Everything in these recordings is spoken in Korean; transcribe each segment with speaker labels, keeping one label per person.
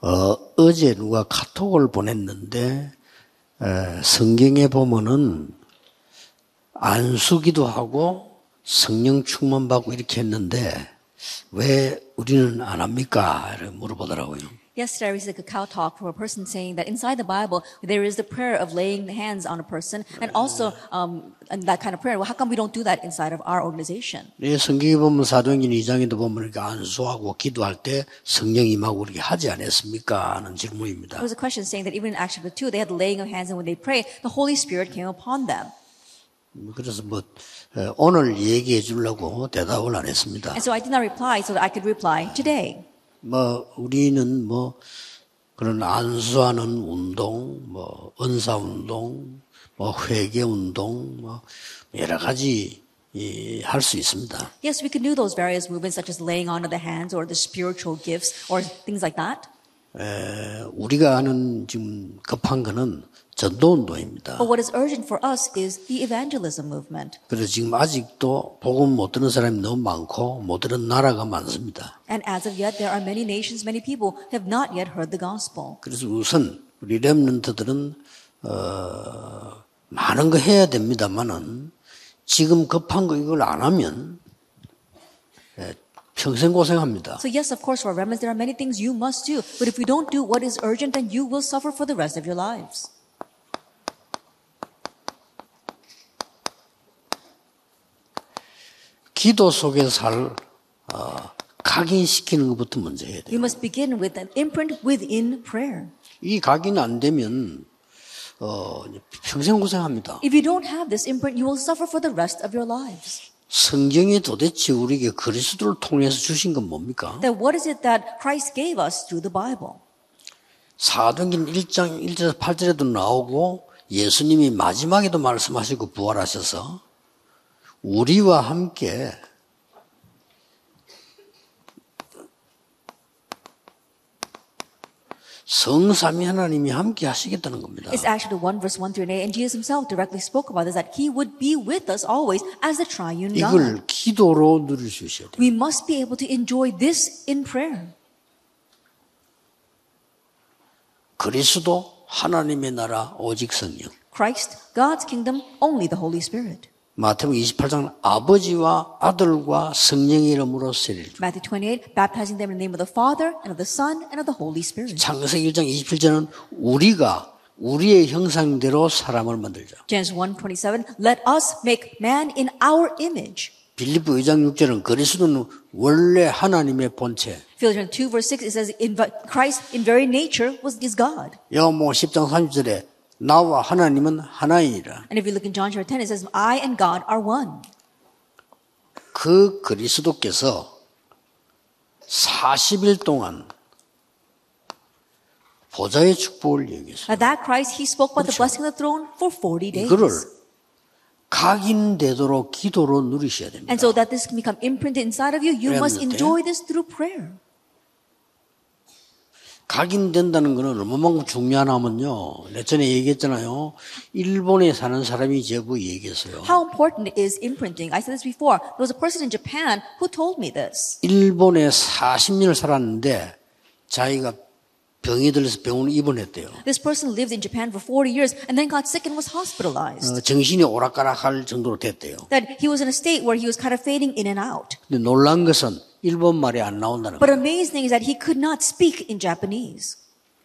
Speaker 1: 어, 어제 누가 카톡을 보냈는데 에, 성경에 보면은 안수기도 하고 성령 충만받고 이렇게 했는데 왜 우리는 안 합니까? 이렇게 물어보더라고요.
Speaker 2: Yesterday, I received a cacao talk from a person saying that inside the Bible there is the prayer of laying hands on a person, and also um, and that kind of prayer. Well, how come we don't do that inside of our organization?
Speaker 1: 이 예, 성경에 보면 사도행전 2장에도 보면 이렇게 안수하고 기도할 때 성령 임하고 이렇게 하지 않았습니까? 하는 질문입니다.
Speaker 2: There was a question saying that even in Acts chapter two, they had the laying of hands, and when they prayed, the Holy Spirit came upon them.
Speaker 1: 그래서 뭐 에, 오늘 얘기해 주려고 대답을 안 했습니다.
Speaker 2: And so I did not reply, so that I could reply today.
Speaker 1: 뭐 우리는 뭐 그런 안수하는 운동, 뭐 은사 운동, 뭐 회개 운동, 뭐 여러 가지 할 수 있습니다.
Speaker 2: Yes, we can do those various movements, such as laying on of the hands, or the spiritual gifts, or things like that.
Speaker 1: 에, 우리가 하는 지금 급한 거는 전도 운동입니다.
Speaker 2: But what is urgent for us is the evangelism movement.
Speaker 1: 그래서 지금 아직도 복음 못 듣는 사람이 너무 많고 못 듣는 나라가 많습니다.
Speaker 2: And as of yet, there are many nations, many people who have not yet heard the gospel.
Speaker 1: 그래서 우선 우리 렘런트들은 어, 많은 거 해야 됩니다만은 지금 급한 거 이걸 안 하면 예, 평생 고생합니다.
Speaker 2: So yes, of course, for remnants, there are many things you must do. But if you don't do what is urgent, then you will suffer for the rest of your lives.
Speaker 1: 기도 속에 살 어, 각인시키는 것부터 먼저 해야 돼요.
Speaker 2: You must begin with an imprint within prayer.
Speaker 1: 이 각인 안 되면 어, 평생 고생합니다.
Speaker 2: If you don't have this imprint, you will suffer for the rest of your lives.
Speaker 1: 성경이 도대체 우리에게 그리스도를 통해서 주신 건 뭡니까?
Speaker 2: Then what is it that Christ gave us through the Bible?
Speaker 1: 사도행전 1장 1절에서 8절에도 나오고 예수님이 마지막에도 말씀하시고 부활하셔서 우리와 함께 성삼위 하나님이 함께 하시겠다는 겁니다.
Speaker 2: It's actually 1 verse 1 through 8, and Jesus himself directly spoke about this, that he would be with us always as the triune God.
Speaker 1: 이걸 기도로 누릴 수 있어야 돼요.
Speaker 2: We must be able to enjoy this in prayer.
Speaker 1: 그리스도 하나님의 나라 오직 성령.
Speaker 2: Christ, God's kingdom, only the Holy Spirit.
Speaker 1: 마태복음 28장 아버지와 아들과 성령의 이름으로 세례를 주.
Speaker 2: Matthew 28, baptizing them in the name of the Father and of the Son and of the Holy Spirit.
Speaker 1: 창세기 1장 27절은 우리가 우리의 형상대로 사람을 만들자.
Speaker 2: Genesis 1 27, let us make man in our image.
Speaker 1: 빌립보 2장 6절은 그리스도는 원래 하나님의 본체.
Speaker 2: Philippians 2 verse 6, it says, in, but Christ in very nature was, is God.
Speaker 1: 여모 10장 30절에 나와 하나님은 하나이니라.
Speaker 2: And if you look in John chapter 10, it says, I and God are one.
Speaker 1: 그 그리스도께서 40일 동안 보좌의 축복을 얘기했어요.
Speaker 2: Now that Christ, he spoke about the blessing of the throne for 40
Speaker 1: 이거를
Speaker 2: days.
Speaker 1: 각인되도록 기도로 누리셔야 됩니다.
Speaker 2: And so that this can become imprinted inside of you, you must
Speaker 1: Remnant, eh?
Speaker 2: enjoy this through prayer.
Speaker 1: 각인된다는 거는 얼마만큼 중요하냐면요. 내 전에 얘기했잖아요. 일본에 사는 사람이 제부 얘기했어요.
Speaker 2: How important is imprinting? I said this before. There was a person in Japan who told me this.
Speaker 1: 일본에 40년을 살았는데 자기가 병이 들려서 병원에 입원했대요.
Speaker 2: This person lived in Japan for 40 years and then got sick and was hospitalized.
Speaker 1: 어, 정신이 오락가락할 정도로 됐대요.
Speaker 2: That he was in a state where he was kind of fading in and out.
Speaker 1: 근데 놀란 것은 일본 말이 안 나온다는
Speaker 2: But
Speaker 1: 거예요.
Speaker 2: amazing is that he could not speak in Japanese.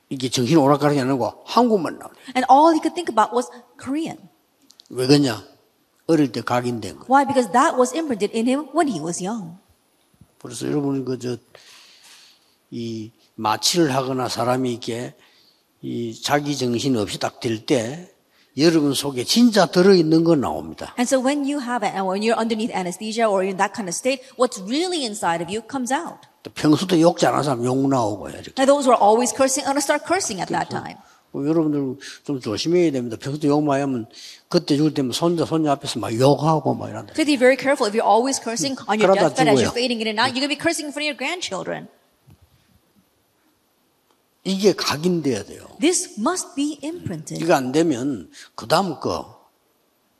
Speaker 1: 이게 정신 오락가락이 아니고 한국만 나와요.
Speaker 2: And all he could think about was Korean.
Speaker 1: 왜 그러냐? 어릴 때 각인된 거.
Speaker 2: Why? Because that was imprinted in him when he was young.
Speaker 1: 그래서 여러분 그저이 마취를 하거나 사람이 이렇게 이 자기 정신 없이 딱 들 때 여러분 속에 진짜 들어 있는 거 나옵니다.
Speaker 2: And so when you have it, and when you're underneath anesthesia or in that kind of state, what's really inside of you comes out.
Speaker 1: 또 평소도 욕 잘하는 사람 욕 나오고 이렇게.
Speaker 2: Now those who are always cursing are going to start cursing at that time.
Speaker 1: 어, 여러분들 좀 조심해야 됩니다. 평소도 욕 많이 하면 그때 죽을 때면 손자 손녀 앞에서 막 욕하고 막 이런다.
Speaker 2: So you have to be very careful. If you're always cursing on your
Speaker 1: 그러다
Speaker 2: deathbed as
Speaker 1: 죽어요.
Speaker 2: you're fading in and out, you're going to be cursing in front of your grandchildren.
Speaker 1: 이게 각인돼야 돼요.
Speaker 2: This must be imprinted.
Speaker 1: 이거 안 되면 그 다음 거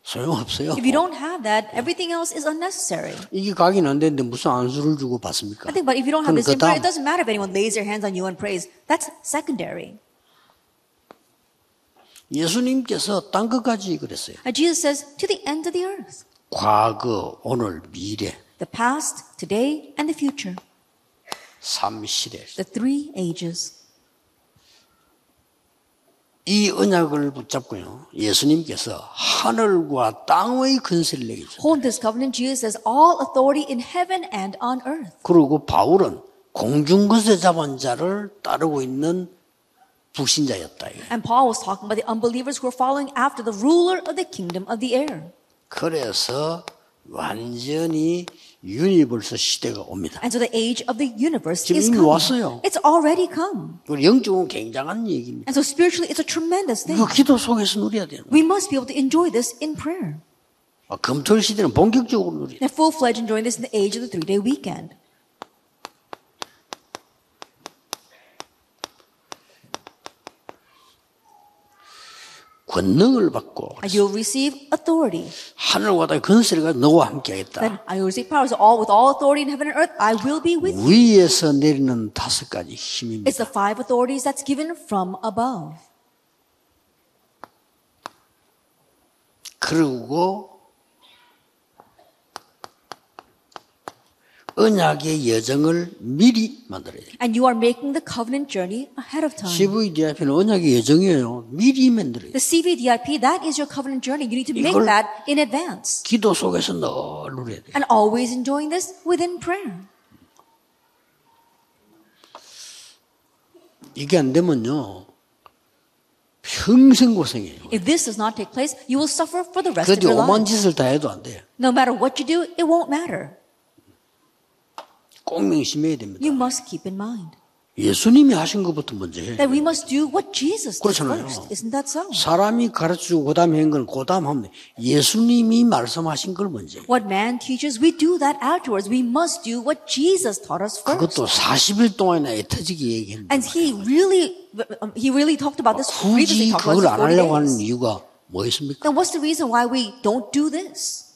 Speaker 1: 소용없어요.
Speaker 2: If you don't have that, everything else is unnecessary.
Speaker 1: 이게 각인 안 되는데 무슨 안수를 주고 받습니까?
Speaker 2: I think, but if you don't have
Speaker 1: 그럼
Speaker 2: this
Speaker 1: 그
Speaker 2: same prayer,
Speaker 1: 다음
Speaker 2: it doesn't matter if anyone lays their hands on you and prays. That's secondary.
Speaker 1: 예수님께서 딴 것까지 그랬어요.
Speaker 2: And Jesus says, to the end of the earth,
Speaker 1: 과거, 오늘, 미래,
Speaker 2: the past, today, and the future,
Speaker 1: 삼시대.
Speaker 2: the three ages.
Speaker 1: 이 언약을 붙잡고요. 예수님께서 하늘과 땅의 권세를 내겠죠.
Speaker 2: Hold this covenant, Jesus says, all authority in heaven and on earth.
Speaker 1: 그리고 바울은 공중 권세 잡은 자를 따르고 있는 불신자였다. 이거예요.
Speaker 2: And Paul was talking about the unbelievers who are following after the ruler of the kingdom of the air.
Speaker 1: 그래서 완전히 유니버스 시대가 옵니다.
Speaker 2: And so the age of the universe
Speaker 1: 지금
Speaker 2: is
Speaker 1: 이미
Speaker 2: coming.
Speaker 1: 왔어요.
Speaker 2: It's already come.
Speaker 1: 우리 영적으로 굉장한 얘기입니다.
Speaker 2: And so spiritually, it's a tremendous thing.
Speaker 1: 이거 기도 속에서 누려야 되는 거예요.
Speaker 2: We must be able to enjoy this in prayer.
Speaker 1: 아, 금토일 시대는 본격적으로 누려야 돼요.
Speaker 2: And full fledged enjoying this in the age of the three day weekend.
Speaker 1: 권능을 받고
Speaker 2: And you'll receive authority.
Speaker 1: 하늘과 땅의 근세를 가지고 너와 함께 하겠다.
Speaker 2: Then I will receive power. So all with all authority in heaven and earth, I will be with you.
Speaker 1: 위에서 내리는 다섯 가지 힘입니다.
Speaker 2: It's the five authorities that's given from above.
Speaker 1: 그리고 언약의 여정을 미리 만들어야 돼요.
Speaker 2: And you are making the covenant journey ahead of time.
Speaker 1: CVDIP는 언약의 여정이에요. 미리 만들어야
Speaker 2: The
Speaker 1: 돼요.
Speaker 2: CVDIP, that is your covenant journey. You need to make
Speaker 1: 이걸-
Speaker 2: that in advance.
Speaker 1: 기도 속에서 늘 누려야 돼요.
Speaker 2: And always enjoying this within prayer.
Speaker 1: 이게 안 되면요. 평생 고생해요.
Speaker 2: If this does not take place, you will suffer for the rest of
Speaker 1: 그래도
Speaker 2: your
Speaker 1: 오만
Speaker 2: life.
Speaker 1: 짓을 다 해도 안 돼요.
Speaker 2: No matter what you do, it won't matter.
Speaker 1: 꼭 명심해야 됩니다.
Speaker 2: You must keep in mind
Speaker 1: 예수님이 하신 것부터 먼저 해요.
Speaker 2: that we must do what Jesus did
Speaker 1: 그렇잖아요.
Speaker 2: first. Isn't that so?
Speaker 1: 사람이 가르쳐주고 그다음에 한 건 그다음 하면 돼. 예수님이 말씀하신 걸 먼저 해요.
Speaker 2: What man teaches, we do that afterwards. We must do what Jesus taught us first.
Speaker 1: 그것도 40일 동안이나 애터지게 얘기했는데
Speaker 2: And he really, um, he really talked about this.
Speaker 1: 굳이
Speaker 2: previously talked about
Speaker 1: 그걸
Speaker 2: this
Speaker 1: 안
Speaker 2: for 40
Speaker 1: 하려고 하는
Speaker 2: days.
Speaker 1: 이유가 뭐 있습니까?
Speaker 2: Then what's the reason why we don't do this?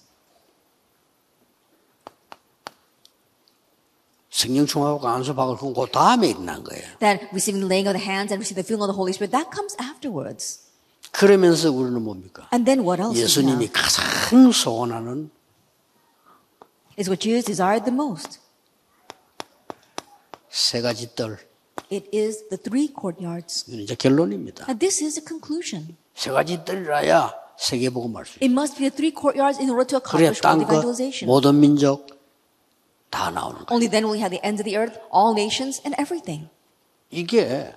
Speaker 1: 성령 충만하고 안수박을 그건 그 다음에 일어난 거예요.
Speaker 2: That receiving the laying of the hands and receiving the filling of the Holy Spirit, that comes afterwards.
Speaker 1: 그러면서 우리는 뭡니까?
Speaker 2: And then what else we
Speaker 1: 예수님이
Speaker 2: have
Speaker 1: 가장 소원하는
Speaker 2: is what Jesus desired the most.
Speaker 1: 세 가지 뜰.
Speaker 2: It is the three courtyards.
Speaker 1: 이건 이제 결론입니다.
Speaker 2: And this is the conclusion.
Speaker 1: 세 가지 뜰이라야 세계복음 할수 있어요.
Speaker 2: It must be the three courtyards in order to
Speaker 1: 그래야
Speaker 2: accomplish world
Speaker 1: 땅 것,
Speaker 2: evangelization.
Speaker 1: 모든 민족 다 나오는 거예요.
Speaker 2: Only then will we have the ends of the earth, all nations, and everything.
Speaker 1: 이게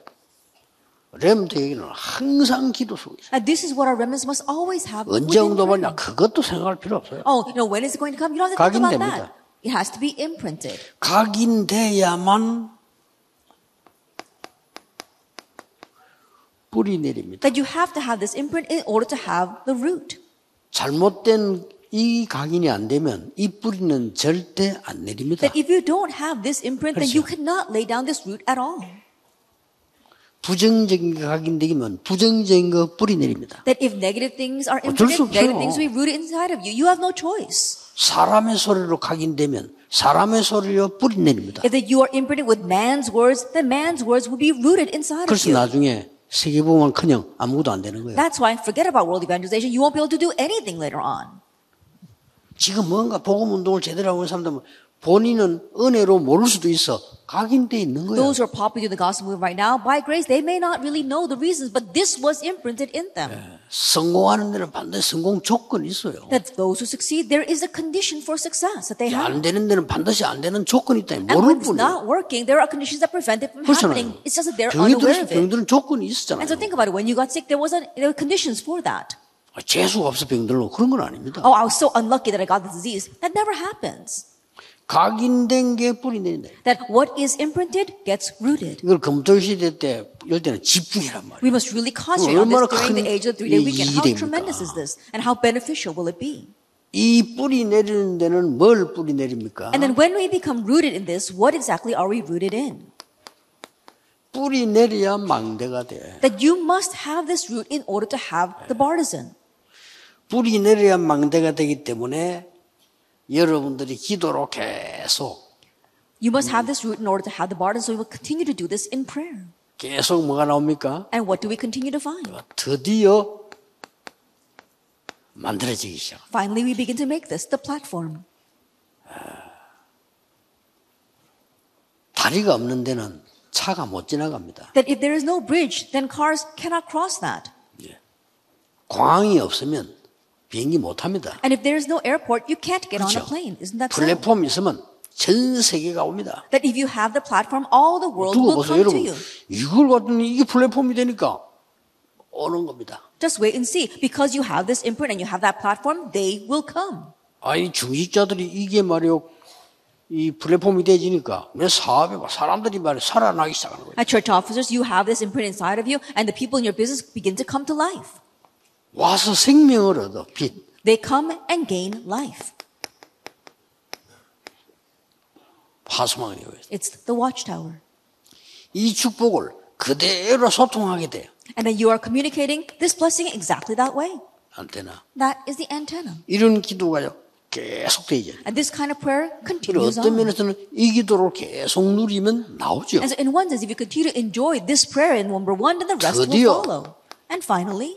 Speaker 1: 렘트 얘기는 항상 기도 속에 있어요.
Speaker 2: And this is what our remnants must always have.
Speaker 1: 언제
Speaker 2: within
Speaker 1: 응답하냐
Speaker 2: prayer.
Speaker 1: 그것도 생각할 필요 없어요.
Speaker 2: Oh, you know, when is it going to come? You don't have to think about
Speaker 1: 각인됩니다.
Speaker 2: that. It has to be imprinted.
Speaker 1: 각인돼야만 뿌리 내립니다.
Speaker 2: That you have to have this imprint in order to have the root.
Speaker 1: 잘못된 이 각인이 안 되면 이 뿌리는 절대 안 내립니다.
Speaker 2: That if you don't have this imprint, then you cannot lay down this root at all.
Speaker 1: 부정적인 게 각인되면 부정적인 거 뿌리 내립니다.
Speaker 2: That if negative things are
Speaker 1: 어쩔 수
Speaker 2: imprinted, negative
Speaker 1: 없어요.
Speaker 2: things will be rooted inside of you. You have no choice.
Speaker 1: 사람의 소리로 각인되면 사람의 소리로 뿌리 내립니다.
Speaker 2: If that you are imprinted with man's words, then man's words will be rooted inside of
Speaker 1: 그래서
Speaker 2: you.
Speaker 1: 나중에 세계보험은 그냥 아무것도 안 되는 거예요.
Speaker 2: That's why forget about world evangelization. You won't be able to do anything later on.
Speaker 1: 지금 뭔가 복음 운동을 제대로 하고 있는 사람들은 본인은 은혜로 모를 수도 있어. 각인돼 있는 거예요.
Speaker 2: Those who are popular in the gospel movement right now, by grace, they may not really know the reasons, but this was imprinted in them.
Speaker 1: 성공하는 데는 반드시 성공 조건이 있어요.
Speaker 2: That those who succeed, there is a condition for success that they have.
Speaker 1: 안 되는 데는 반드시 안 되는 조건이 있다.
Speaker 2: 네. And
Speaker 1: 모를
Speaker 2: when it's
Speaker 1: 뿐이에요.
Speaker 2: not working, there are conditions that prevent it from
Speaker 1: 그렇잖아요.
Speaker 2: happening. It's just that they're
Speaker 1: 병이 들어서
Speaker 2: unaware of it.
Speaker 1: 병들은 조건이
Speaker 2: And so
Speaker 1: 있었잖아요.
Speaker 2: think about it. When you got sick, there wasn't there were conditions for that.
Speaker 1: 아, 재수가 없어 병들고 그런 건 아닙니다.
Speaker 2: Oh, I was so unlucky that I got this disease. That never happens.
Speaker 1: 각인된 게 뿌리 내린다.
Speaker 2: That what is imprinted gets rooted.
Speaker 1: 이걸 검토 시대 때 이럴 때는 집중이란 말이에요.
Speaker 2: We must really concentrate on this
Speaker 1: 얼마나
Speaker 2: during
Speaker 1: 큰
Speaker 2: the age of the three-day
Speaker 1: 이
Speaker 2: weekend. How
Speaker 1: 일입니까?
Speaker 2: tremendous is this? And how beneficial will it be?
Speaker 1: 이 뿌리 내리는 데는 뭘 뿌리 내립니까?
Speaker 2: And then when we become rooted in this, what exactly are we rooted in?
Speaker 1: 뿌리 내려야 망대가 돼.
Speaker 2: That you must have this root in order to have the bartizan.
Speaker 1: 뿌리 내려야 망대가 되기 때문에 여러분들이 기도로 계속
Speaker 2: You must
Speaker 1: Mm.
Speaker 2: have this root in order to have the barley, so we will continue to do this in prayer.
Speaker 1: 계속 뭐가 나옵니까?
Speaker 2: And what do we continue to find?
Speaker 1: 드디어 만들어지기 시작.
Speaker 2: Finally, we begin to make this the platform.
Speaker 1: 다리가 없는 데는 차가 못 지나갑니다.
Speaker 2: That if there is no bridge, then cars cannot cross that.
Speaker 1: 광이 예. 없으면 비행기 못 탑니다.
Speaker 2: And if there is no airport, you can't get on a
Speaker 1: 그렇죠.
Speaker 2: plane. Isn't that so?
Speaker 1: 플랫폼 있으면 전 세계가 옵니다.
Speaker 2: That if you have the platform, all the world
Speaker 1: 두고
Speaker 2: will
Speaker 1: 보세요,
Speaker 2: come to
Speaker 1: 여러분.
Speaker 2: you.
Speaker 1: 이걸 갖더니 이게 플랫폼이 되니까 오는 겁니다.
Speaker 2: Just wait and see. Because you have this imprint and you have that platform, they will come.
Speaker 1: 아이 중직자들이 이게 말이요 이 플랫폼이 되지니까 내 사업에 막 사람들이 말이 살아나기 시작하는 거예요.
Speaker 2: At church officers, you have this imprint inside of you, and the people in your business begin to come to life.
Speaker 1: 와서 생명을 얻어 빛.
Speaker 2: They come and gain life.
Speaker 1: 파수망이에요.
Speaker 2: It's the watchtower.
Speaker 1: 이 축복을 그대로 소통하게 돼요.
Speaker 2: And then you are communicating this blessing exactly that way.
Speaker 1: 안테나.
Speaker 2: That is the antenna.
Speaker 1: 이런 기도가 계속 되죠.
Speaker 2: And this kind of prayer
Speaker 1: 그리고
Speaker 2: continues
Speaker 1: 어떤
Speaker 2: on.
Speaker 1: 면에서는 이 기도를 계속 누리면 나오죠.
Speaker 2: And so in one sense, if you continue to enjoy this prayer in number one, then the rest
Speaker 1: 드디어.
Speaker 2: will follow. And finally,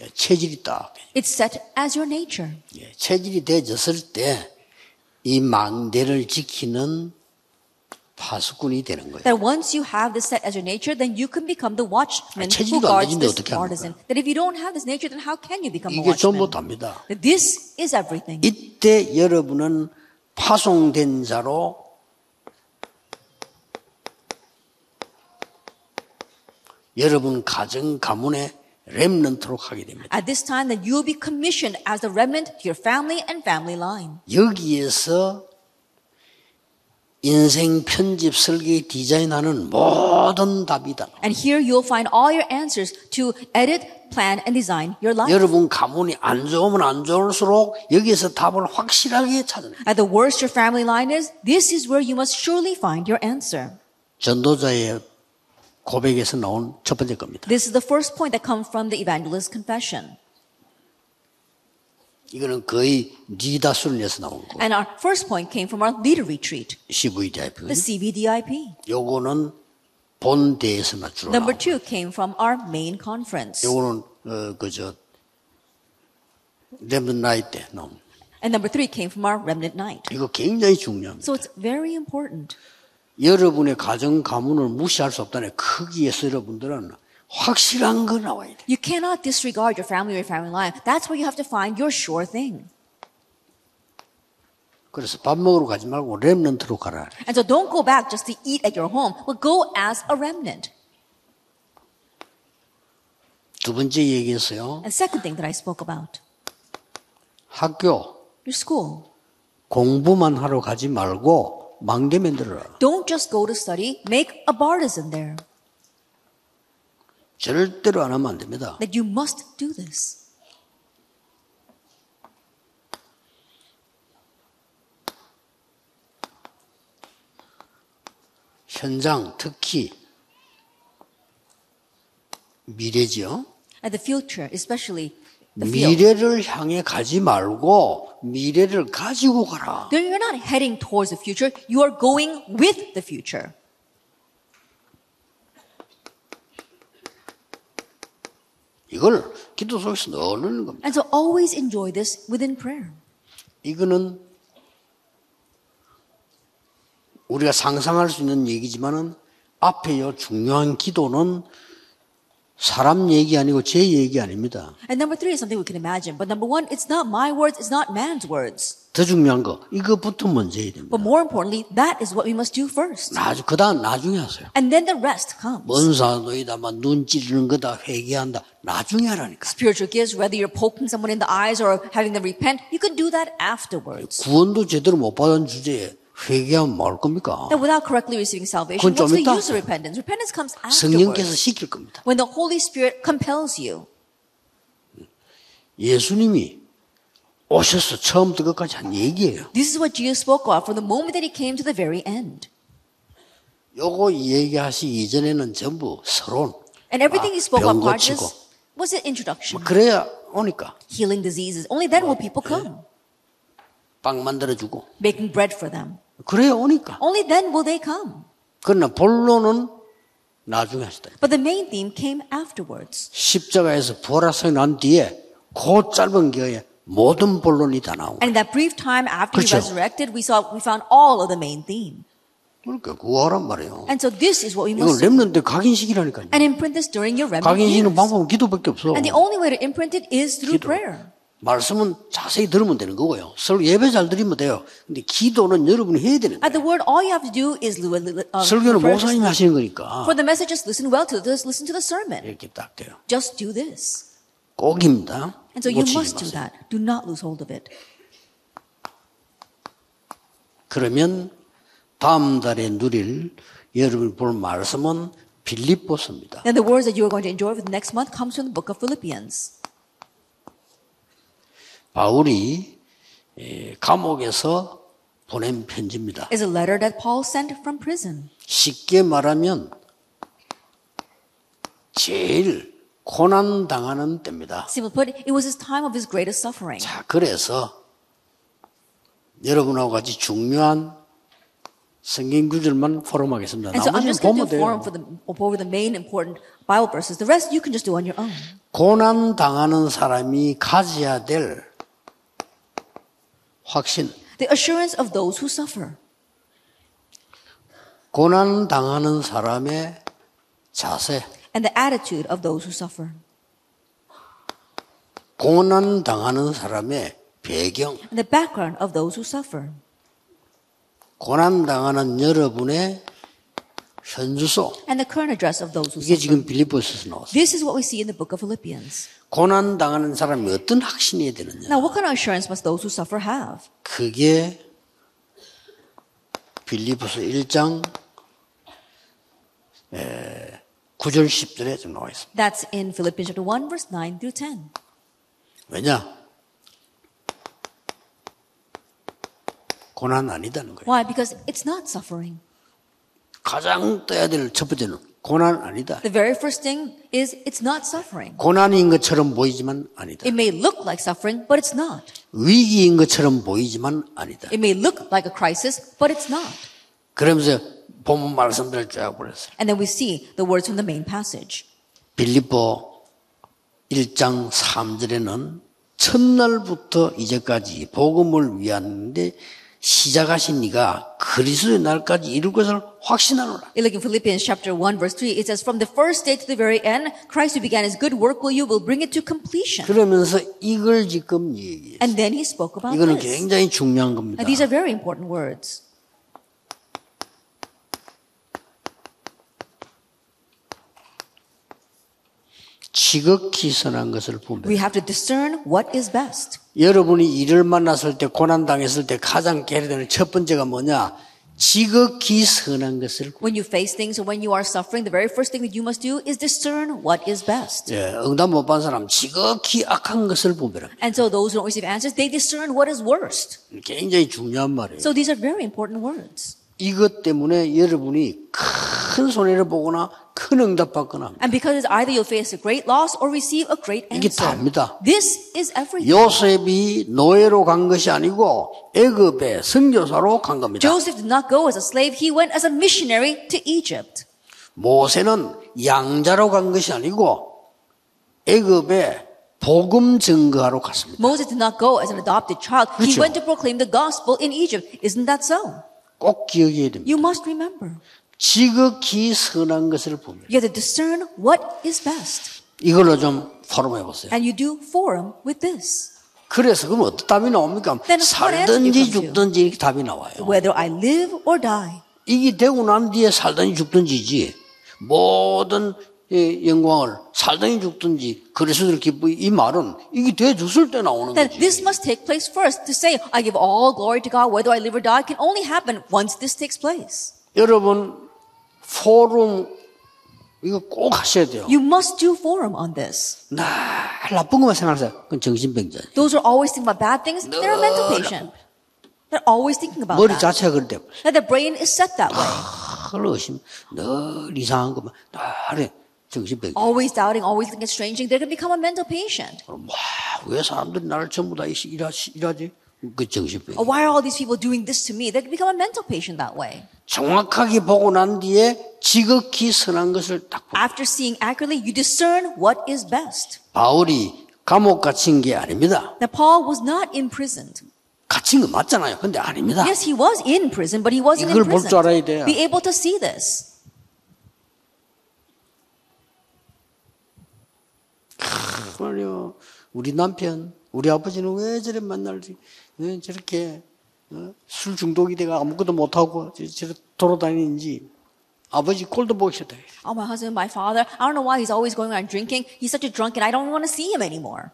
Speaker 1: 예, 체질이 딱.
Speaker 2: it's set as your nature.
Speaker 1: 예, 체질이 되어졌을 때 이 망대를 지키는 파수꾼이 되는 거예요.
Speaker 2: That once you have this set as your nature, then you can become the
Speaker 1: 아,
Speaker 2: watchman who
Speaker 1: 체질도 안
Speaker 2: guards
Speaker 1: 되는데
Speaker 2: this
Speaker 1: 어떻게 합니까?
Speaker 2: artisan. That if you don't have this nature, then how can you become a
Speaker 1: 이게 전부
Speaker 2: watchman?
Speaker 1: 답니다.
Speaker 2: That this is everything.
Speaker 1: 이때 여러분은 파송된 자로 여러분 가정 가문의 렘넌트로 가게 됩니다.
Speaker 2: At this time, then you will be commissioned as a remnant to your family and family line.
Speaker 1: 여기에서 인생 편집 설계 디자인하는 모든 답이다.
Speaker 2: And here you'll find all your answers to edit, plan, and design your life.
Speaker 1: 여러분 가문이 안 좋으면 안 좋을수록 여기에서 답을 확실하게 찾아내.
Speaker 2: At the worst your family line is, this is where you must surely find your answer.
Speaker 1: 전도자의 고백에서 나온 첫 번째 겁니다.
Speaker 2: This is the first point that comes from the evangelist's confession.
Speaker 1: 이거는 거의 리다 순례에서 나온 거.
Speaker 2: And our first point came from our leader retreat,
Speaker 1: CVDIP.
Speaker 2: the CVDIP.
Speaker 1: 요거는 본대에서만 주로
Speaker 2: Number
Speaker 1: 나오고
Speaker 2: two came from our main conference.
Speaker 1: 요거는 어, 그저 렘든 나이 때 나온
Speaker 2: And number three came from our remnant night.
Speaker 1: 이거 굉장히 중요합니다.
Speaker 2: So it's very important.
Speaker 1: 여러분의 가정 가문을 무시할 수 없다는 크기에서 여러분들은 확실한 거 나와야 돼.
Speaker 2: You cannot disregard your family or your family life. That's where you have to find your sure thing.
Speaker 1: 그래서 밥 먹으러 가지 말고 렘넌트로 가라. 그래.
Speaker 2: And so don't go back just to eat at your home, but go as a remnant.
Speaker 1: 두 번째 얘기했어요.
Speaker 2: And second thing that I spoke about,
Speaker 1: 학교
Speaker 2: your school.
Speaker 1: 공부만 하러 가지 말고 망대 만들어라.
Speaker 2: Don't just go to study, make a bartizan there.
Speaker 1: 절대로 안 하면 안 됩니다.
Speaker 2: That you must do this.
Speaker 1: 현장 특히 미래지요.
Speaker 2: At the future, especially the
Speaker 1: 네,
Speaker 2: field.
Speaker 1: 미래를 향해 가지 말고 미래를 가지고 가라.
Speaker 2: Then You're not heading towards the future, you are going with the future.
Speaker 1: 이걸 기도 속에서 넣는 겁니다.
Speaker 2: And so always enjoy this within prayer.
Speaker 1: 이거는 우리가 상상할 수 있는 얘기지만은 앞에 요 중요한 기도는 사람 얘기 아니고 제 얘기 아닙니다.
Speaker 2: And number three is something we can imagine. But number one, it's not my words, it's not man's words.
Speaker 1: 더 중요한 거 이거부터 먼저 해야 됩니다.
Speaker 2: But more importantly, that is what we must do first.
Speaker 1: 나중 그다음 나중에 하세요.
Speaker 2: And then the rest comes.
Speaker 1: 뭔 사도이다만 눈 찌르는 거다 회개한다 나중에 하라니까.
Speaker 2: Spiritual gifts, whether you're poking someone in the eyes or having them repent, you can do that afterwards.
Speaker 1: 구원도 제대로 못 받은 주제에 회개하면 뭘 겁니까?
Speaker 2: That without correctly receiving salvation,
Speaker 1: 그건 좀
Speaker 2: what's the
Speaker 1: 있다.
Speaker 2: use of repentance? Repentance comes
Speaker 1: 성령께서
Speaker 2: afterwards.
Speaker 1: 시킬 겁니다.
Speaker 2: When the Holy Spirit compels you.
Speaker 1: 예수님이 오셔서 처음부터 끝까지 한 얘기예요.
Speaker 2: This is what Jesus spoke of from the moment that he came to the very end.
Speaker 1: 요거 얘기하시기 이전에는 전부 서론.
Speaker 2: And everything
Speaker 1: 막
Speaker 2: he spoke of
Speaker 1: 병
Speaker 2: part
Speaker 1: 고치고.
Speaker 2: this was an introduction.
Speaker 1: 뭐 그래야 오니까
Speaker 2: healing diseases. Only then will people come,
Speaker 1: 빵 만들어주고
Speaker 2: making bread for them.
Speaker 1: 그래야 오니까.
Speaker 2: Only then will they come.
Speaker 1: 그러나 본론은 나중에 하시다.
Speaker 2: But the main theme came afterwards.
Speaker 1: 십자가에서 부활하시고 난 뒤에 그 짧은 기회에 모든 본론이 다 나온 거예요.
Speaker 2: And in that brief time after
Speaker 1: 그렇죠.
Speaker 2: he resurrected, we saw we found all of the main theme.
Speaker 1: 그러니까 구하란 말이에요.
Speaker 2: And so this is what we
Speaker 1: 이건
Speaker 2: must do.
Speaker 1: 렘넌트 각인식이라니까요.
Speaker 2: And imprint this during your remnant years.
Speaker 1: 각인식은 방법은 기도밖에 없어.
Speaker 2: And the only way to imprint it is through
Speaker 1: 기도.
Speaker 2: prayer.
Speaker 1: 말씀은 자세히 들으면 되는 거고요. 설교 예배 잘 드리면 돼요. 근데 기도는 여러분이 해야 되는 거예요.
Speaker 2: At the word, all you have to do is li- li- li- uh,
Speaker 1: 설교는
Speaker 2: refer-
Speaker 1: 목사님이 하시는 거니까
Speaker 2: for the message. Just listen well to this. Listen to the sermon.
Speaker 1: 이렇게 딱 돼요.
Speaker 2: Just do this.
Speaker 1: 꼭입니다.
Speaker 2: And so you
Speaker 1: 놓치지
Speaker 2: must do
Speaker 1: 마세요.
Speaker 2: that. Do not lose hold of it.
Speaker 1: 그러면 다음 달에 누릴 여러분이 볼 말씀은 빌립보서입니다.
Speaker 2: And the words that you are going to enjoy for the next month comes from the book of Philippians.
Speaker 1: 바울이 에, 감옥에서 보낸 편지입니다.
Speaker 2: It's a letter that Paul sent from prison.
Speaker 1: 쉽게 말하면 제일 고난 당하는 때입니다.
Speaker 2: Simply put, it was his time of his greatest suffering.
Speaker 1: 자, 그래서 여러분하고 같이 중요한 성경 구절만 포럼하겠습니다.
Speaker 2: And so I'm
Speaker 1: 나머지는
Speaker 2: just going to
Speaker 1: 보면
Speaker 2: do a forum
Speaker 1: 돼요.
Speaker 2: for the, over the main important Bible verses. The rest you can just do on your own.
Speaker 1: 고난 당하는 사람이 가져야 될 확신,
Speaker 2: The assurance of those who suffer.
Speaker 1: 고난 당하는 사람의 자세,
Speaker 2: and the attitude of those who suffer,
Speaker 1: 고난 당하는 사람의 배경,
Speaker 2: and the background of those who suffer,
Speaker 1: 고난 당하는 여러분의 현주소.
Speaker 2: and the current address of those who
Speaker 1: 이게
Speaker 2: suffer.
Speaker 1: 지금 빌립보서에서 나왔어요.
Speaker 2: This is what we see in the book of Philippians.
Speaker 1: 고난 당하는 사람이 어떤 확신이 되느냐?
Speaker 2: Now, what kind of assurance must those who suffer have?
Speaker 1: 그게 빌립보서 1장 에, 9절 10절에 좀 나와 있습니다.
Speaker 2: That's in Philippians chapter 1, verse 9 through 10.
Speaker 1: 왜냐? 고난 아니다는 거예요.
Speaker 2: Why? Because it's not suffering.
Speaker 1: 가장 떠야 될 첫 번째는 고난 아니다.
Speaker 2: The very first thing is it's not suffering.
Speaker 1: 고난인 것처럼 보이지만 아니다.
Speaker 2: It may look like suffering, but it's not.
Speaker 1: 위기인 것처럼 보이지만 아니다.
Speaker 2: It may look like a crisis, but it's not.
Speaker 1: 그러면서 본문 말씀들을 쫙 보냈어요.
Speaker 2: And then we see the words from the main passage.
Speaker 1: 빌립보 1장 3절에는 첫날부터 이제까지 복음을 위하는데 시작하신 이가 그리스도의 날까지 이룰 것을 확신하노라.
Speaker 2: You look in Philippians chapter 1 verse 3, it says, From the first day to the very end, Christ who began his good work will you will bring it to completion.
Speaker 1: 그러면서 이걸 지금 얘기해요.
Speaker 2: And then he spoke about
Speaker 1: 이거는
Speaker 2: this.
Speaker 1: 굉장히 중요한 겁니다.
Speaker 2: Now, these are very important words.
Speaker 1: 지극히 선한 것을 분별.
Speaker 2: We have to discern what is best.
Speaker 1: 여러분이 이를 만났을 때 고난 당했을 때 가장 깨려되는 첫 번째가 뭐냐? 지극히 선한 것을. 구-
Speaker 2: When you face things or when you are suffering, the very first thing that you must do is discern what is best.
Speaker 1: 예, 응답 못 받은 사람 지극히 악한 것을 분별합니다.
Speaker 2: And so those who don't receive answers, they discern what is worst.
Speaker 1: 굉장히 중요한 말이에요.
Speaker 2: So these are very important words.
Speaker 1: 이것 때문에 여러분이 큰 손해를 보거나 큰 응답 받거나
Speaker 2: And because either you'll face a great loss or receive a great
Speaker 1: 이게
Speaker 2: answer.
Speaker 1: 다입니다.
Speaker 2: This is everything.
Speaker 1: 요셉이 노예로 간 것이 아니고 애굽의 선교사로 간 겁니다.
Speaker 2: Joseph did not go as a slave, he went as a missionary to Egypt.
Speaker 1: 모세는 양자로 간 것이 아니고 애굽의 복음 증거하러 갔습니다.
Speaker 2: Moses did not go as an adopted child, he
Speaker 1: 그렇죠.
Speaker 2: went to proclaim the gospel in Egypt. Isn't that so?
Speaker 1: 꼭 기억해야 됩니다.
Speaker 2: You must remember.
Speaker 1: 지극히 선한 것을 보면
Speaker 2: You have to discern what is best.
Speaker 1: 이걸로 좀 포럼해 보세요.
Speaker 2: And you do forum with this.
Speaker 1: 그래서 그럼 어떤 답이 나옵니까?
Speaker 2: Then what answer you
Speaker 1: 살든지
Speaker 2: come to?
Speaker 1: 죽든지 이렇게 답이 나와요.
Speaker 2: Whether I live or die.
Speaker 1: 이게 되고 난 뒤에 살든지 죽든지지 모든 이 영광을 살든지 죽든지 그리스도를 기쁘이 이 말은 이게 돼 줬을 때 나오는
Speaker 2: That this
Speaker 1: 거지.
Speaker 2: must take place first. To say, I give all glory to God, whether I live or die, can only happen once this takes place.
Speaker 1: 여러분 포럼 이거 꼭 하셔야 돼요.
Speaker 2: You must do forum on this.
Speaker 1: 날 나쁜 것만 생각하세요. 그건 정신병자.
Speaker 2: Those who are always thinking about bad things, they're a mental patient. They're always thinking about
Speaker 1: 머리
Speaker 2: that.
Speaker 1: 자체가 그렇대.
Speaker 2: That their brain is set that way.
Speaker 1: 늘 의심, 늘 이상한 것만, 늘, 해. 정신병이.
Speaker 2: always doubting, always looking at strange, they're going to become a mental patient.
Speaker 1: 그럼 뭐, 와왜 사람들이 나를 전부 다 이씨 일하시, 일하지? 그 정신병이.
Speaker 2: Or Oh, why are all these people doing this to me? They can become a mental patient that way.
Speaker 1: 정확하게 보고 난 뒤에 지극히 선한 것을 딱 보.
Speaker 2: After seeing accurately, you discern what is best.
Speaker 1: 바울이 감옥 갇힌 게 아닙니다.
Speaker 2: Now, Paul was not imprisoned.
Speaker 1: 갇힌 거 맞잖아요. 근데 아닙니다.
Speaker 2: Yes, he was in prison, but he wasn't
Speaker 1: 이걸 볼줄 알아야
Speaker 2: imprisoned.
Speaker 1: 돼요.
Speaker 2: Be able to see this.
Speaker 1: 그래요. 우리 남편, 우리 아버지는 왜 저래 만날 지- 왜 저렇게 어? 술 중독이 돼가 아무것도 못 하고 저렇게 돌아다니는지 아버지 꼴도 보기 싫다.
Speaker 2: Oh, my husband, my father, I don't know why he's always going around drinking. He's such a drunken, I don't want to see him anymore.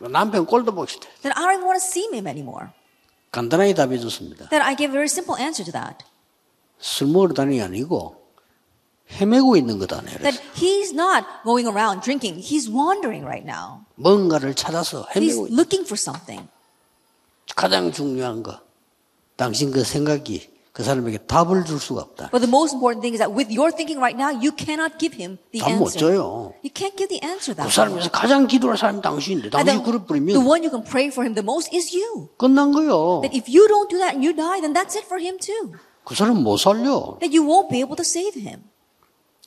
Speaker 1: 남편 꼴도 보기 싫다.
Speaker 2: Then I don't even want to see him anymore.
Speaker 1: 간단하게 답해 줬습니다.
Speaker 2: Then I gave a very simple answer to that.
Speaker 1: 술 먹으러 다니는 게 아니고 헤매고 있는 거다. 내가 그랬어요.
Speaker 2: That he's not going around drinking, he's wandering right now.
Speaker 1: 뭔가를 찾아서
Speaker 2: He's
Speaker 1: 헤매고 있는
Speaker 2: looking for something.
Speaker 1: 가장 중요한 거. 당신 그 생각이 그 사람에게 답을 줄 수가 없다.
Speaker 2: But the most important thing is that with your thinking right now, you cannot give him the
Speaker 1: 답 못
Speaker 2: answer.
Speaker 1: 줘요.
Speaker 2: You can't give the answer
Speaker 1: 그
Speaker 2: that way.
Speaker 1: 사람에서 가장 기도할 사람이 당신인데
Speaker 2: And
Speaker 1: 당신이
Speaker 2: the- the
Speaker 1: 그래버리면
Speaker 2: one you can pray for him the most is you.
Speaker 1: 끝난 거요.
Speaker 2: That if you don't do that and you die, then that's it for him too.
Speaker 1: 그 사람 못 살려.
Speaker 2: That you won't be able to save him.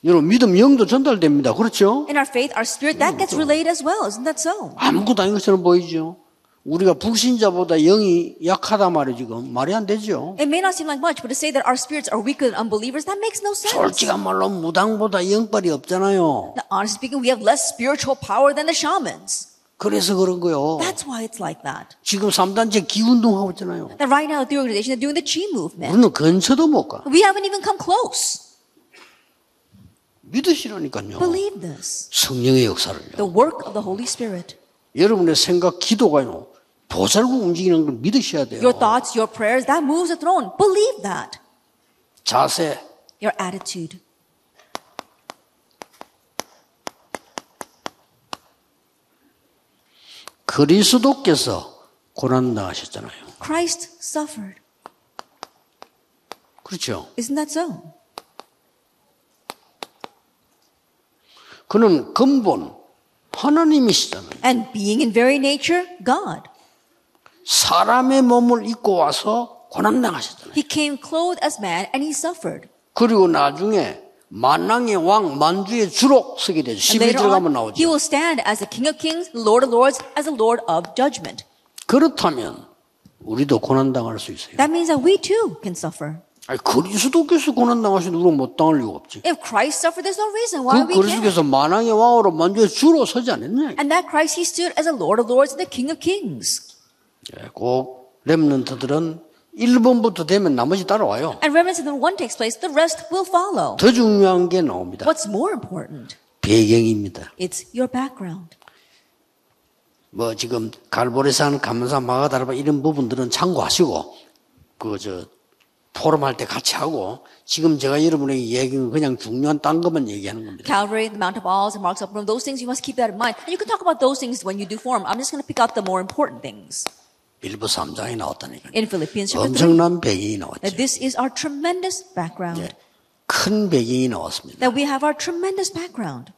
Speaker 1: 여러분 믿음 영도 전달됩니다. 그렇죠?
Speaker 2: In our faith, our spirit, that gets relayed as well. Isn't that so?
Speaker 1: 아무것도 아닌 것처럼 보이죠. 우리가 불신자보다 영이 약하다 말이 지금 말이 안 되죠.
Speaker 2: It may not seem like much, but to say that our spirits are weaker than unbelievers, that makes no sense.
Speaker 1: 솔직한 말로 무당보다 영빨이 없잖아요.
Speaker 2: Now, honestly speaking, we have less spiritual power than the shamans.
Speaker 1: 그래서 그런 거요.
Speaker 2: That's why it's like that.
Speaker 1: 지금 3단체 기운동하고 있잖아요.
Speaker 2: That right now, the organization, they're doing the Chi movement.
Speaker 1: 우리는 근처도 못 가.
Speaker 2: We haven't even come close.
Speaker 1: 믿으시라니까요.
Speaker 2: Believe this.
Speaker 1: 성령의 역사를요.
Speaker 2: The work of the Holy Spirit.
Speaker 1: 여러분의 생각, 기도가요. 보살고 움직이는 걸 믿으셔야 돼요.
Speaker 2: Your thoughts, your prayers, that moves the throne. Believe that.
Speaker 1: 자세,
Speaker 2: Your attitude.
Speaker 1: 그리스도께서 고난 당하셨잖아요.
Speaker 2: Christ suffered.
Speaker 1: 그렇죠.
Speaker 2: Isn't that so?
Speaker 1: 그는 근본 하나님이시잖아요.
Speaker 2: And being in very nature, God.
Speaker 1: 사람의 몸을 입고 와서 고난 당하셨잖아요.
Speaker 2: He came clothed as man and he suffered.
Speaker 1: 그리고 나중에 만왕의 왕 만주의 주로 서게 되죠.
Speaker 2: And later
Speaker 1: 11절 가면
Speaker 2: on, he
Speaker 1: 나오죠.
Speaker 2: will stand as the King of Kings, Lord of Lords, as the Lord of Judgment.
Speaker 1: 그렇다면 우리도 고난 당할 수 있어요.
Speaker 2: That means that we too can suffer.
Speaker 1: 아니, 그리스도께서 고난 당하신 우리는 못 당할 이유가 없지.
Speaker 2: If Christ suffered, there's no reason why
Speaker 1: 그
Speaker 2: we can't.
Speaker 1: 그리스도께서 만왕의 왕으로 만주의 주로 서지 않았냐?
Speaker 2: And that Christ, he stood as the Lord of Lords and the King of Kings.
Speaker 1: 예, 꼭 렘넌트들은 1번부터 되면 나머지 따라와요.
Speaker 2: And remnants of the one takes place, the rest will follow.
Speaker 1: 더 중요한 게 나옵니다.
Speaker 2: What's more important?
Speaker 1: 배경입니다.
Speaker 2: It's your background.
Speaker 1: 뭐 지금 갈보리산, 감산, 마가다르바 이런 부분들은 참고하시고 그 저 포럼 할 때 같이 하고 지금 제가 여러분에게 얘기는 그냥 중요한 딴 것만 얘기하는 겁니다.
Speaker 2: Calvary, the Mount of Olives, the Mark's Upper Room, those things you must keep that in mind. And you can talk about those things when you do form. I'm just going to pick out the more important things.
Speaker 1: 빌보 3장에 나왔다니까.
Speaker 2: In Philippians chapter 3,
Speaker 1: 엄청난 배경이 나왔죠.
Speaker 2: that this is our tremendous background.
Speaker 1: 예, 큰 배경이 나왔습니다.
Speaker 2: That we have our tremendous background.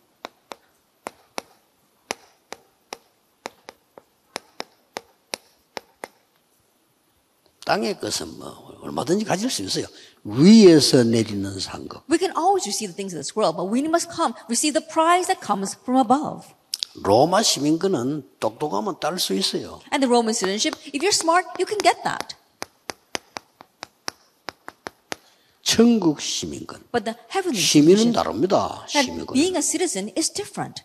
Speaker 1: 땅의 것은 뭐 얼마든지 가질 수 있어요. 위에서 내리는 상급.
Speaker 2: We can always receive the things of this world, but we must come, receive the prize that comes from above.
Speaker 1: 로마 시민권은 똑똑하면 딸 수 있어요.
Speaker 2: And the Roman citizenship, if you're smart, you can get that.
Speaker 1: 천국 시민권.
Speaker 2: But the heavenly
Speaker 1: 시민은
Speaker 2: citizenship,
Speaker 1: 다릅니다.
Speaker 2: that
Speaker 1: 시민권.
Speaker 2: being a citizen is different.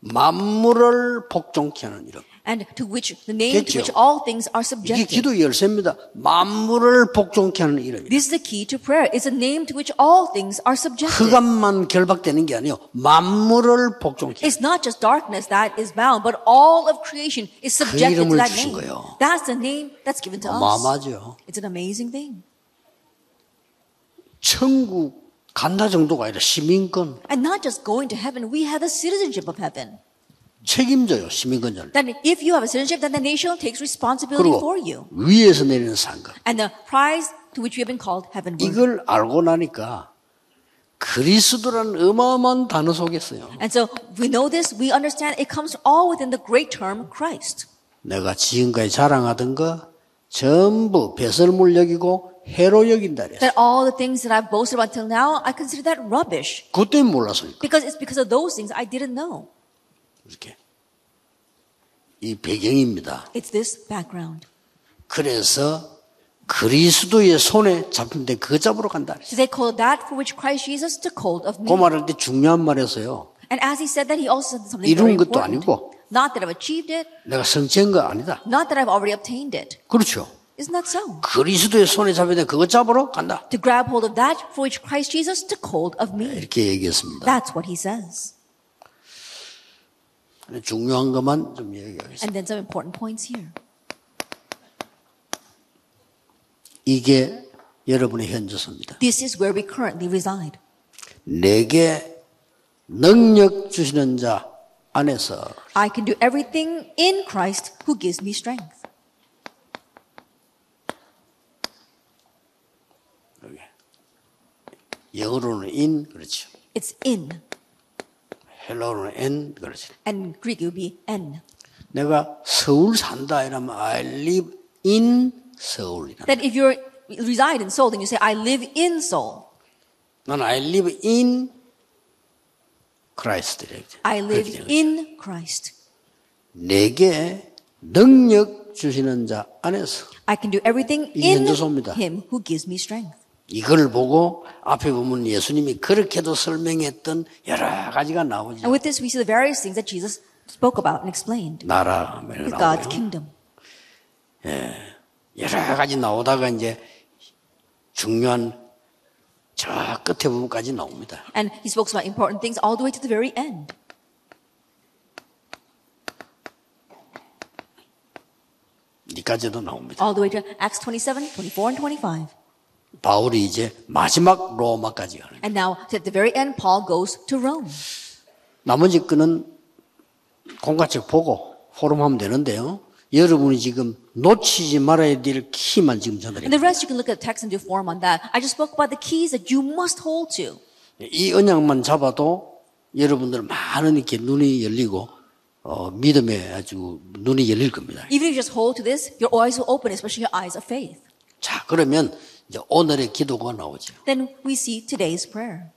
Speaker 1: 만물을 복종케 하는 이름.
Speaker 2: And to which the name to
Speaker 1: Get죠.
Speaker 2: which all things are
Speaker 1: 이게
Speaker 2: subjected.
Speaker 1: 기도 열쇠입니다. 만물을 복종케 하는 이름.
Speaker 2: This is the key to prayer. It's a name to which all things are subjected.
Speaker 1: 흑암만 결박되는 게 아니에요. 만물을 복종케.
Speaker 2: It's not just darkness that is bound, but all of creation is subjected to
Speaker 1: 이름을
Speaker 2: that
Speaker 1: 주신
Speaker 2: name.
Speaker 1: 거예요.
Speaker 2: That's the name that's given to us.
Speaker 1: 어마어마하죠.
Speaker 2: It's an amazing thing.
Speaker 1: 천국 간다 정도가 아니라 시민권.
Speaker 2: And not just going to heaven, we have the citizenship of heaven.
Speaker 1: 책임져요 시민권자를.
Speaker 2: Then if you have a citizenship, then the nation takes responsibility
Speaker 1: 그리고
Speaker 2: for you.
Speaker 1: 위에서 내리는 상급.
Speaker 2: And the prize to which you have been called heaven.
Speaker 1: 이걸 알고 나니까 그리스도라는 어마어마한 단어 속에서요.
Speaker 2: And so we know this, we understand it comes all within the great term Christ.
Speaker 1: 내가 지금까지 자랑하던 거 전부 배설물 여기고 해로 여긴다 그랬어.
Speaker 2: That all the things that I've boasted about till now, I consider that rubbish.
Speaker 1: 그때 몰랐으니까
Speaker 2: Because it's because of those things I didn't know.
Speaker 1: 이렇게 이 배경입니다.
Speaker 2: It's this background.
Speaker 1: 그래서 그리스도의 손에 잡힌데 그거 잡으러 간다. 그랬어.
Speaker 2: So they call that for which Christ Jesus took hold of
Speaker 1: 그
Speaker 2: me.
Speaker 1: 말할 때 중요한 말에서요.
Speaker 2: And as he said that, he also said something
Speaker 1: 이룬
Speaker 2: very
Speaker 1: 것도
Speaker 2: important.
Speaker 1: 아니고
Speaker 2: Not that I've achieved it,
Speaker 1: 내가 성취한 거 아니다.
Speaker 2: not that I've already obtained it.
Speaker 1: 그렇죠.
Speaker 2: Isn't that so?
Speaker 1: 그리스도의 손에 잡힌데 그거 잡으러 간다.
Speaker 2: To grab hold of that for which Christ Jesus took hold of me.
Speaker 1: 이렇게 얘기했습니다.
Speaker 2: That's what he says.
Speaker 1: 중요한 것만 좀 얘기하겠습니다.
Speaker 2: And then some important points here.
Speaker 1: 이게 여러분의 현저서입니다.
Speaker 2: This is where we currently reside.
Speaker 1: 내게 능력 주시는 자 안에서
Speaker 2: I can do everything in Christ who gives me strength.
Speaker 1: 영어로는 in 그렇죠.
Speaker 2: It's in,
Speaker 1: 헬로는 n 그렇죠.
Speaker 2: and Greek it would be en.
Speaker 1: 내가 서울 산다 이러면 I live in 서울이다.
Speaker 2: That if you reside in Seoul, then you say, I live in Seoul.
Speaker 1: 난 I live in Christ 이렇게.
Speaker 2: I live
Speaker 1: 그렇게 되는 거죠.
Speaker 2: in Christ.
Speaker 1: 내게 능력 주시는 자 안에서
Speaker 2: I can do everything
Speaker 1: 이게
Speaker 2: in
Speaker 1: 현저서입니다.
Speaker 2: Him who gives me strength.
Speaker 1: 이걸 보고 앞에 보면 예수님이 그렇게도 설명했던 여러 가지가
Speaker 2: And
Speaker 1: 나오죠.
Speaker 2: with this, we see the various things that Jesus spoke about and explained.
Speaker 1: 나라
Speaker 2: With
Speaker 1: 나오고요.
Speaker 2: God's kingdom.
Speaker 1: 여러 가지 나오다가 이제 중요한 저 끝에 부분까지 나옵니다.
Speaker 2: And He spoke about important things all the way to the very end.
Speaker 1: 이까지도 나옵니다.
Speaker 2: All the way to Acts 27, 24, and 25.
Speaker 1: 바울이 이제 마지막 로마까지 가는. 거예요.
Speaker 2: And now, at the very end, Paul goes to Rome.
Speaker 1: 나머지 거는 공과책 보고 포럼하면 되는데요. 여러분이 지금 놓치지 말아야 될 키만 지금
Speaker 2: And the
Speaker 1: 전달해요.
Speaker 2: rest you can look at the text and do form on that. I just spoke about the keys that you must hold to.
Speaker 1: 이 언약만 잡아도 여러분들 많은 이렇게 눈이 열리고 어, 믿음에 아주 눈이 열릴 겁니다.
Speaker 2: Even if you just hold to this, your eyes will open, especially your eyes of faith.
Speaker 1: 자 그러면 이제 오늘의 기도가 나오죠.
Speaker 2: Then we see today's prayer.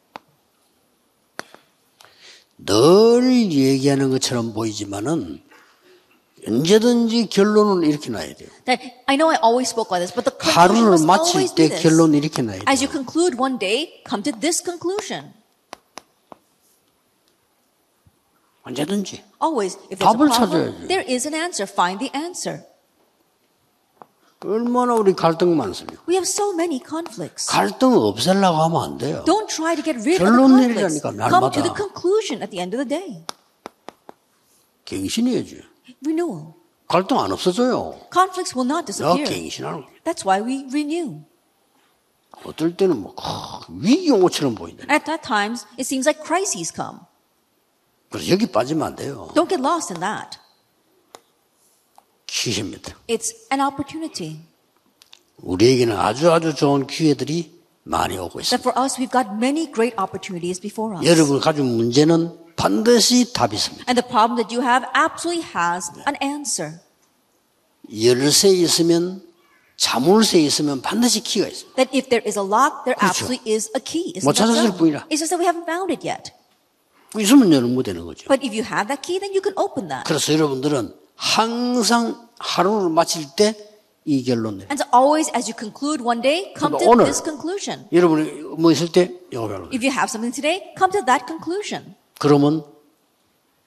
Speaker 1: 늘 얘기하는 것처럼 보이지만은 언제든지 결론은 이렇게 나야 돼요.
Speaker 2: That I know I always spoke about this, but the conclusion
Speaker 1: 하루를
Speaker 2: must
Speaker 1: 마칠
Speaker 2: always be
Speaker 1: 때
Speaker 2: this.
Speaker 1: 결론은 이렇게 나야 돼요.
Speaker 2: As you conclude one day, come to this conclusion.
Speaker 1: 언제든지.
Speaker 2: Always, if there's a
Speaker 1: 답을
Speaker 2: problem,
Speaker 1: 찾아야지.
Speaker 2: there is an answer. Find the answer.
Speaker 1: 얼마나 우리 갈등 많습니까?
Speaker 2: We have so many conflicts.
Speaker 1: 갈등 없애려고 하면 안 돼요.
Speaker 2: Don't try to get rid of the
Speaker 1: 결론
Speaker 2: conflicts.
Speaker 1: 내리라니까,
Speaker 2: Come to the
Speaker 1: 날마다.
Speaker 2: conclusion at the end of the day.
Speaker 1: 갱신해야지.
Speaker 2: Renewal.
Speaker 1: 갈등 안 없어져요.
Speaker 2: Conflicts will not
Speaker 1: 내가
Speaker 2: disappear.
Speaker 1: 갱신하는 거예요.
Speaker 2: That's why we renew.
Speaker 1: 어떨 때는 뭐 위기용어처럼 보인다.
Speaker 2: At that times, it seems like crises come.
Speaker 1: 그래서 여기 빠지면 안 돼요.
Speaker 2: Don't get lost in that.
Speaker 1: 기회입니다.
Speaker 2: It's an opportunity.
Speaker 1: 우리에게는 아주 아주 좋은 기회들이 많이 오고 있습니다.
Speaker 2: That for us, we've got many great opportunities before us.
Speaker 1: 여러분 가진 문제는 반드시 답이 있습니다.
Speaker 2: And the problem that you have absolutely has an answer.
Speaker 1: 열쇠 있으면 자물쇠 있으면 반드시 키가 있습니다.
Speaker 2: That if there is a lock, there
Speaker 1: 그렇죠.
Speaker 2: absolutely is a key. Isn't
Speaker 1: 못
Speaker 2: that
Speaker 1: 찾았을
Speaker 2: so?
Speaker 1: 뿐이라.
Speaker 2: It's just that we haven't found it yet.
Speaker 1: 있으면 열면 못 되는 거죠.
Speaker 2: But if you have that key, then you can open that.
Speaker 1: 그래서 여러분들은 항상 하루를 마칠 때 이 결론을
Speaker 2: And so always, as you conclude one day, come
Speaker 1: 근데
Speaker 2: to
Speaker 1: 오늘-
Speaker 2: this conclusion.
Speaker 1: 여러분이 뭐 있을 때 이거 배우는 거예요.
Speaker 2: If you have something today, come to that conclusion.
Speaker 1: 그러면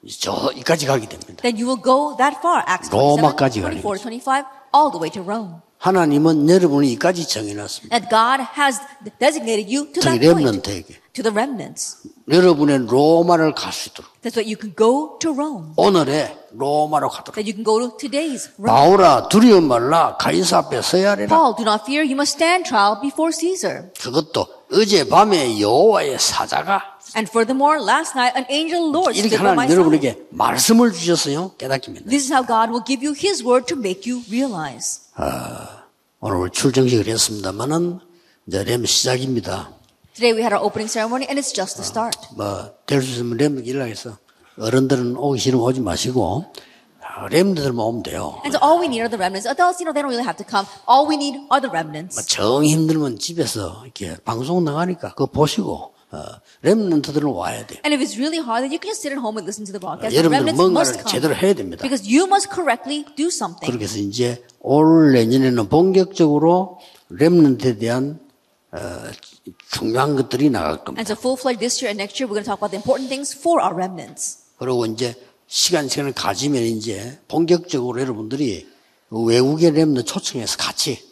Speaker 1: 저기까지 가게 됩니다.
Speaker 2: Then you will go that far. Acts 27,
Speaker 1: 로마까지
Speaker 2: 24,
Speaker 1: 가는
Speaker 2: 25, all the way to Rome.
Speaker 1: 하나님은 여러분이 이까지 정해놨습니다.
Speaker 2: that God has designated you to
Speaker 1: 저기
Speaker 2: that point,
Speaker 1: 렘넌트에게
Speaker 2: to the remnants.
Speaker 1: 여러분의 로마를 갈 수 있도록
Speaker 2: That's why you can go to Rome,
Speaker 1: 오늘의 로마로 가도록
Speaker 2: that you can go to today's Rome.
Speaker 1: 바울아 두려움 말라 가이사 앞에 서야 하리라
Speaker 2: Paul, do not fear, you must stand trial before Caesar.
Speaker 1: 그것도 어젯밤에 여호와의 사자가
Speaker 2: And furthermore, last night an angel
Speaker 1: 어,
Speaker 2: Lord
Speaker 1: 이렇게
Speaker 2: stood by
Speaker 1: 하나님
Speaker 2: my side.
Speaker 1: 여러분에게 말씀을 주셨어요. 깨닫게 됩니다.
Speaker 2: This is how God will give you His word to make you realize.
Speaker 1: 오늘 출정식을 했습니다만은 이제 렘 시작입니다.
Speaker 2: Today we had our opening ceremony, and it's just the start.
Speaker 1: 뭐될 수 있으면 렘 일락해서 어른들은 오기 싫으면 오지 마시고 아, 렘들만 오면 돼요.
Speaker 2: And so all we need are the remnants. Adults, you know, they don't really have to come. All we need are the remnants.
Speaker 1: 뭐 정 힘들면 집에서 이렇게 방송 나가니까 그거 보시고 어, 렘런트들은 와야 돼요.
Speaker 2: And if it's really hard, then you can just sit at home and listen to the broadcast. The
Speaker 1: 여러분들
Speaker 2: remnants must
Speaker 1: 뭔가를 제대로
Speaker 2: come.
Speaker 1: 해야 됩니다.
Speaker 2: Because you must correctly do something.
Speaker 1: 그렇게 해서 이제 올 내년에는 본격적으로 렘런트에 대한 어, 중요한 것들이 나갈 겁니다.
Speaker 2: And so full-fledged this year and next year, we're going to talk about the important things for our remnants.
Speaker 1: 그리고 이제 시간 시간을 가지면 이제 본격적으로 여러분들이 그 외국의 렘너 초청해서 같이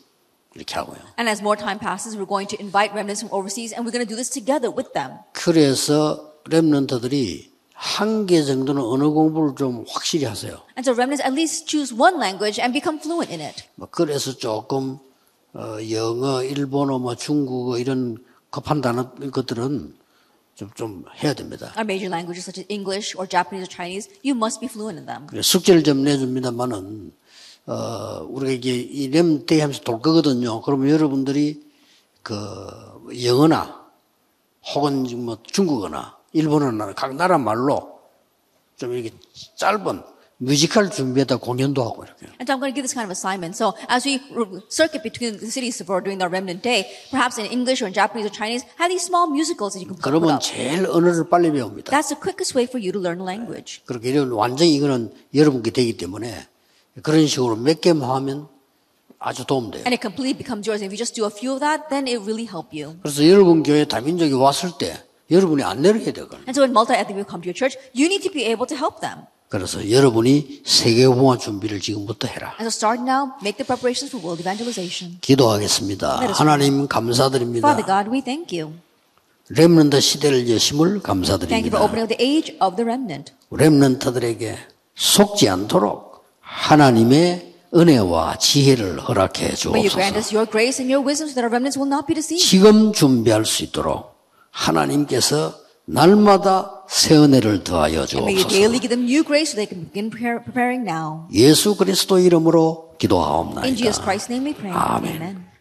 Speaker 1: 이렇게 하고요.
Speaker 2: And as more time passes, we're going to invite remnants from overseas, and we're going to do this together with them.
Speaker 1: 그래서 렘넌트들이 한 개 정도는 언어 공부를 좀 확실히 하세요.
Speaker 2: And so remnants at least choose one language and become fluent in it.
Speaker 1: 뭐 그래서 조금 어, 영어, 일본어, 뭐 중국어 이런 급한 단어 것들은 좀, 좀 해야 됩니다.
Speaker 2: Our major languages such as English or Japanese or Chinese, you must be fluent in them.
Speaker 1: 그래서 그러니까 숙제를 좀 내줍니다만은 어, 우리가 이게 이 렘때 하면서 돌 거거든요. 그러면 여러분들이 그 영어나 혹은 지금 뭐 중국어나 일본어나 각 나라 말로 좀 이렇게 짧은 뮤지컬 준비에다 공연도 하고 이렇게.
Speaker 2: And so I'm going to give this kind of assignment. So as we r- circuit between the cities for during our remnant day, perhaps in English or in Japanese or Chinese, have these small musicals that you can put
Speaker 1: 그러면
Speaker 2: up.
Speaker 1: 제일 언어를 빨리 배웁니다.
Speaker 2: That's the quickest way for you to learn a language.
Speaker 1: 그렇게 이런 완전히 이거는 여러분께 되기 때문에 그런 식으로 몇 개만 하면 아주 도움돼요.
Speaker 2: And it completely becomes yours. If you just do a few of that, then it really help you.
Speaker 1: 그래서 여러분 교회 다민족이 왔을 때 여러분이 안내를 해야 되거든요.
Speaker 2: And so when multi-ethnic people come to your church, you need to be able to help them.
Speaker 1: 그래서 여러분이 세계보화 준비를 지금부터 해라.
Speaker 2: And so start now, make the preparations for world evangelization.
Speaker 1: 기도하겠습니다. 하나님
Speaker 2: 네, Father
Speaker 1: 감사드립니다.
Speaker 2: God, we thank you.
Speaker 1: 렘넌트 시대를 여심을
Speaker 2: Thank you
Speaker 1: 감사드립니다.
Speaker 2: for opening up the age of the remnant.
Speaker 1: 렘넌트들에게 속지 않도록 하나님의 은혜와 지혜를 허락해
Speaker 2: May you grant
Speaker 1: 주옵소서.
Speaker 2: us your grace and your wisdom so that our remnants will not be deceived.
Speaker 1: 지금 준비할 수 있도록 하나님께서 날마다 새 은혜를 더하여
Speaker 2: And may you
Speaker 1: 주옵소서.
Speaker 2: daily give them new grace so they can begin pre- preparing now.
Speaker 1: 예수 그리스도 이름으로
Speaker 2: In Jesus
Speaker 1: 기도하옵나이다.
Speaker 2: Christ's name we pray.
Speaker 1: Amen.
Speaker 2: Amen.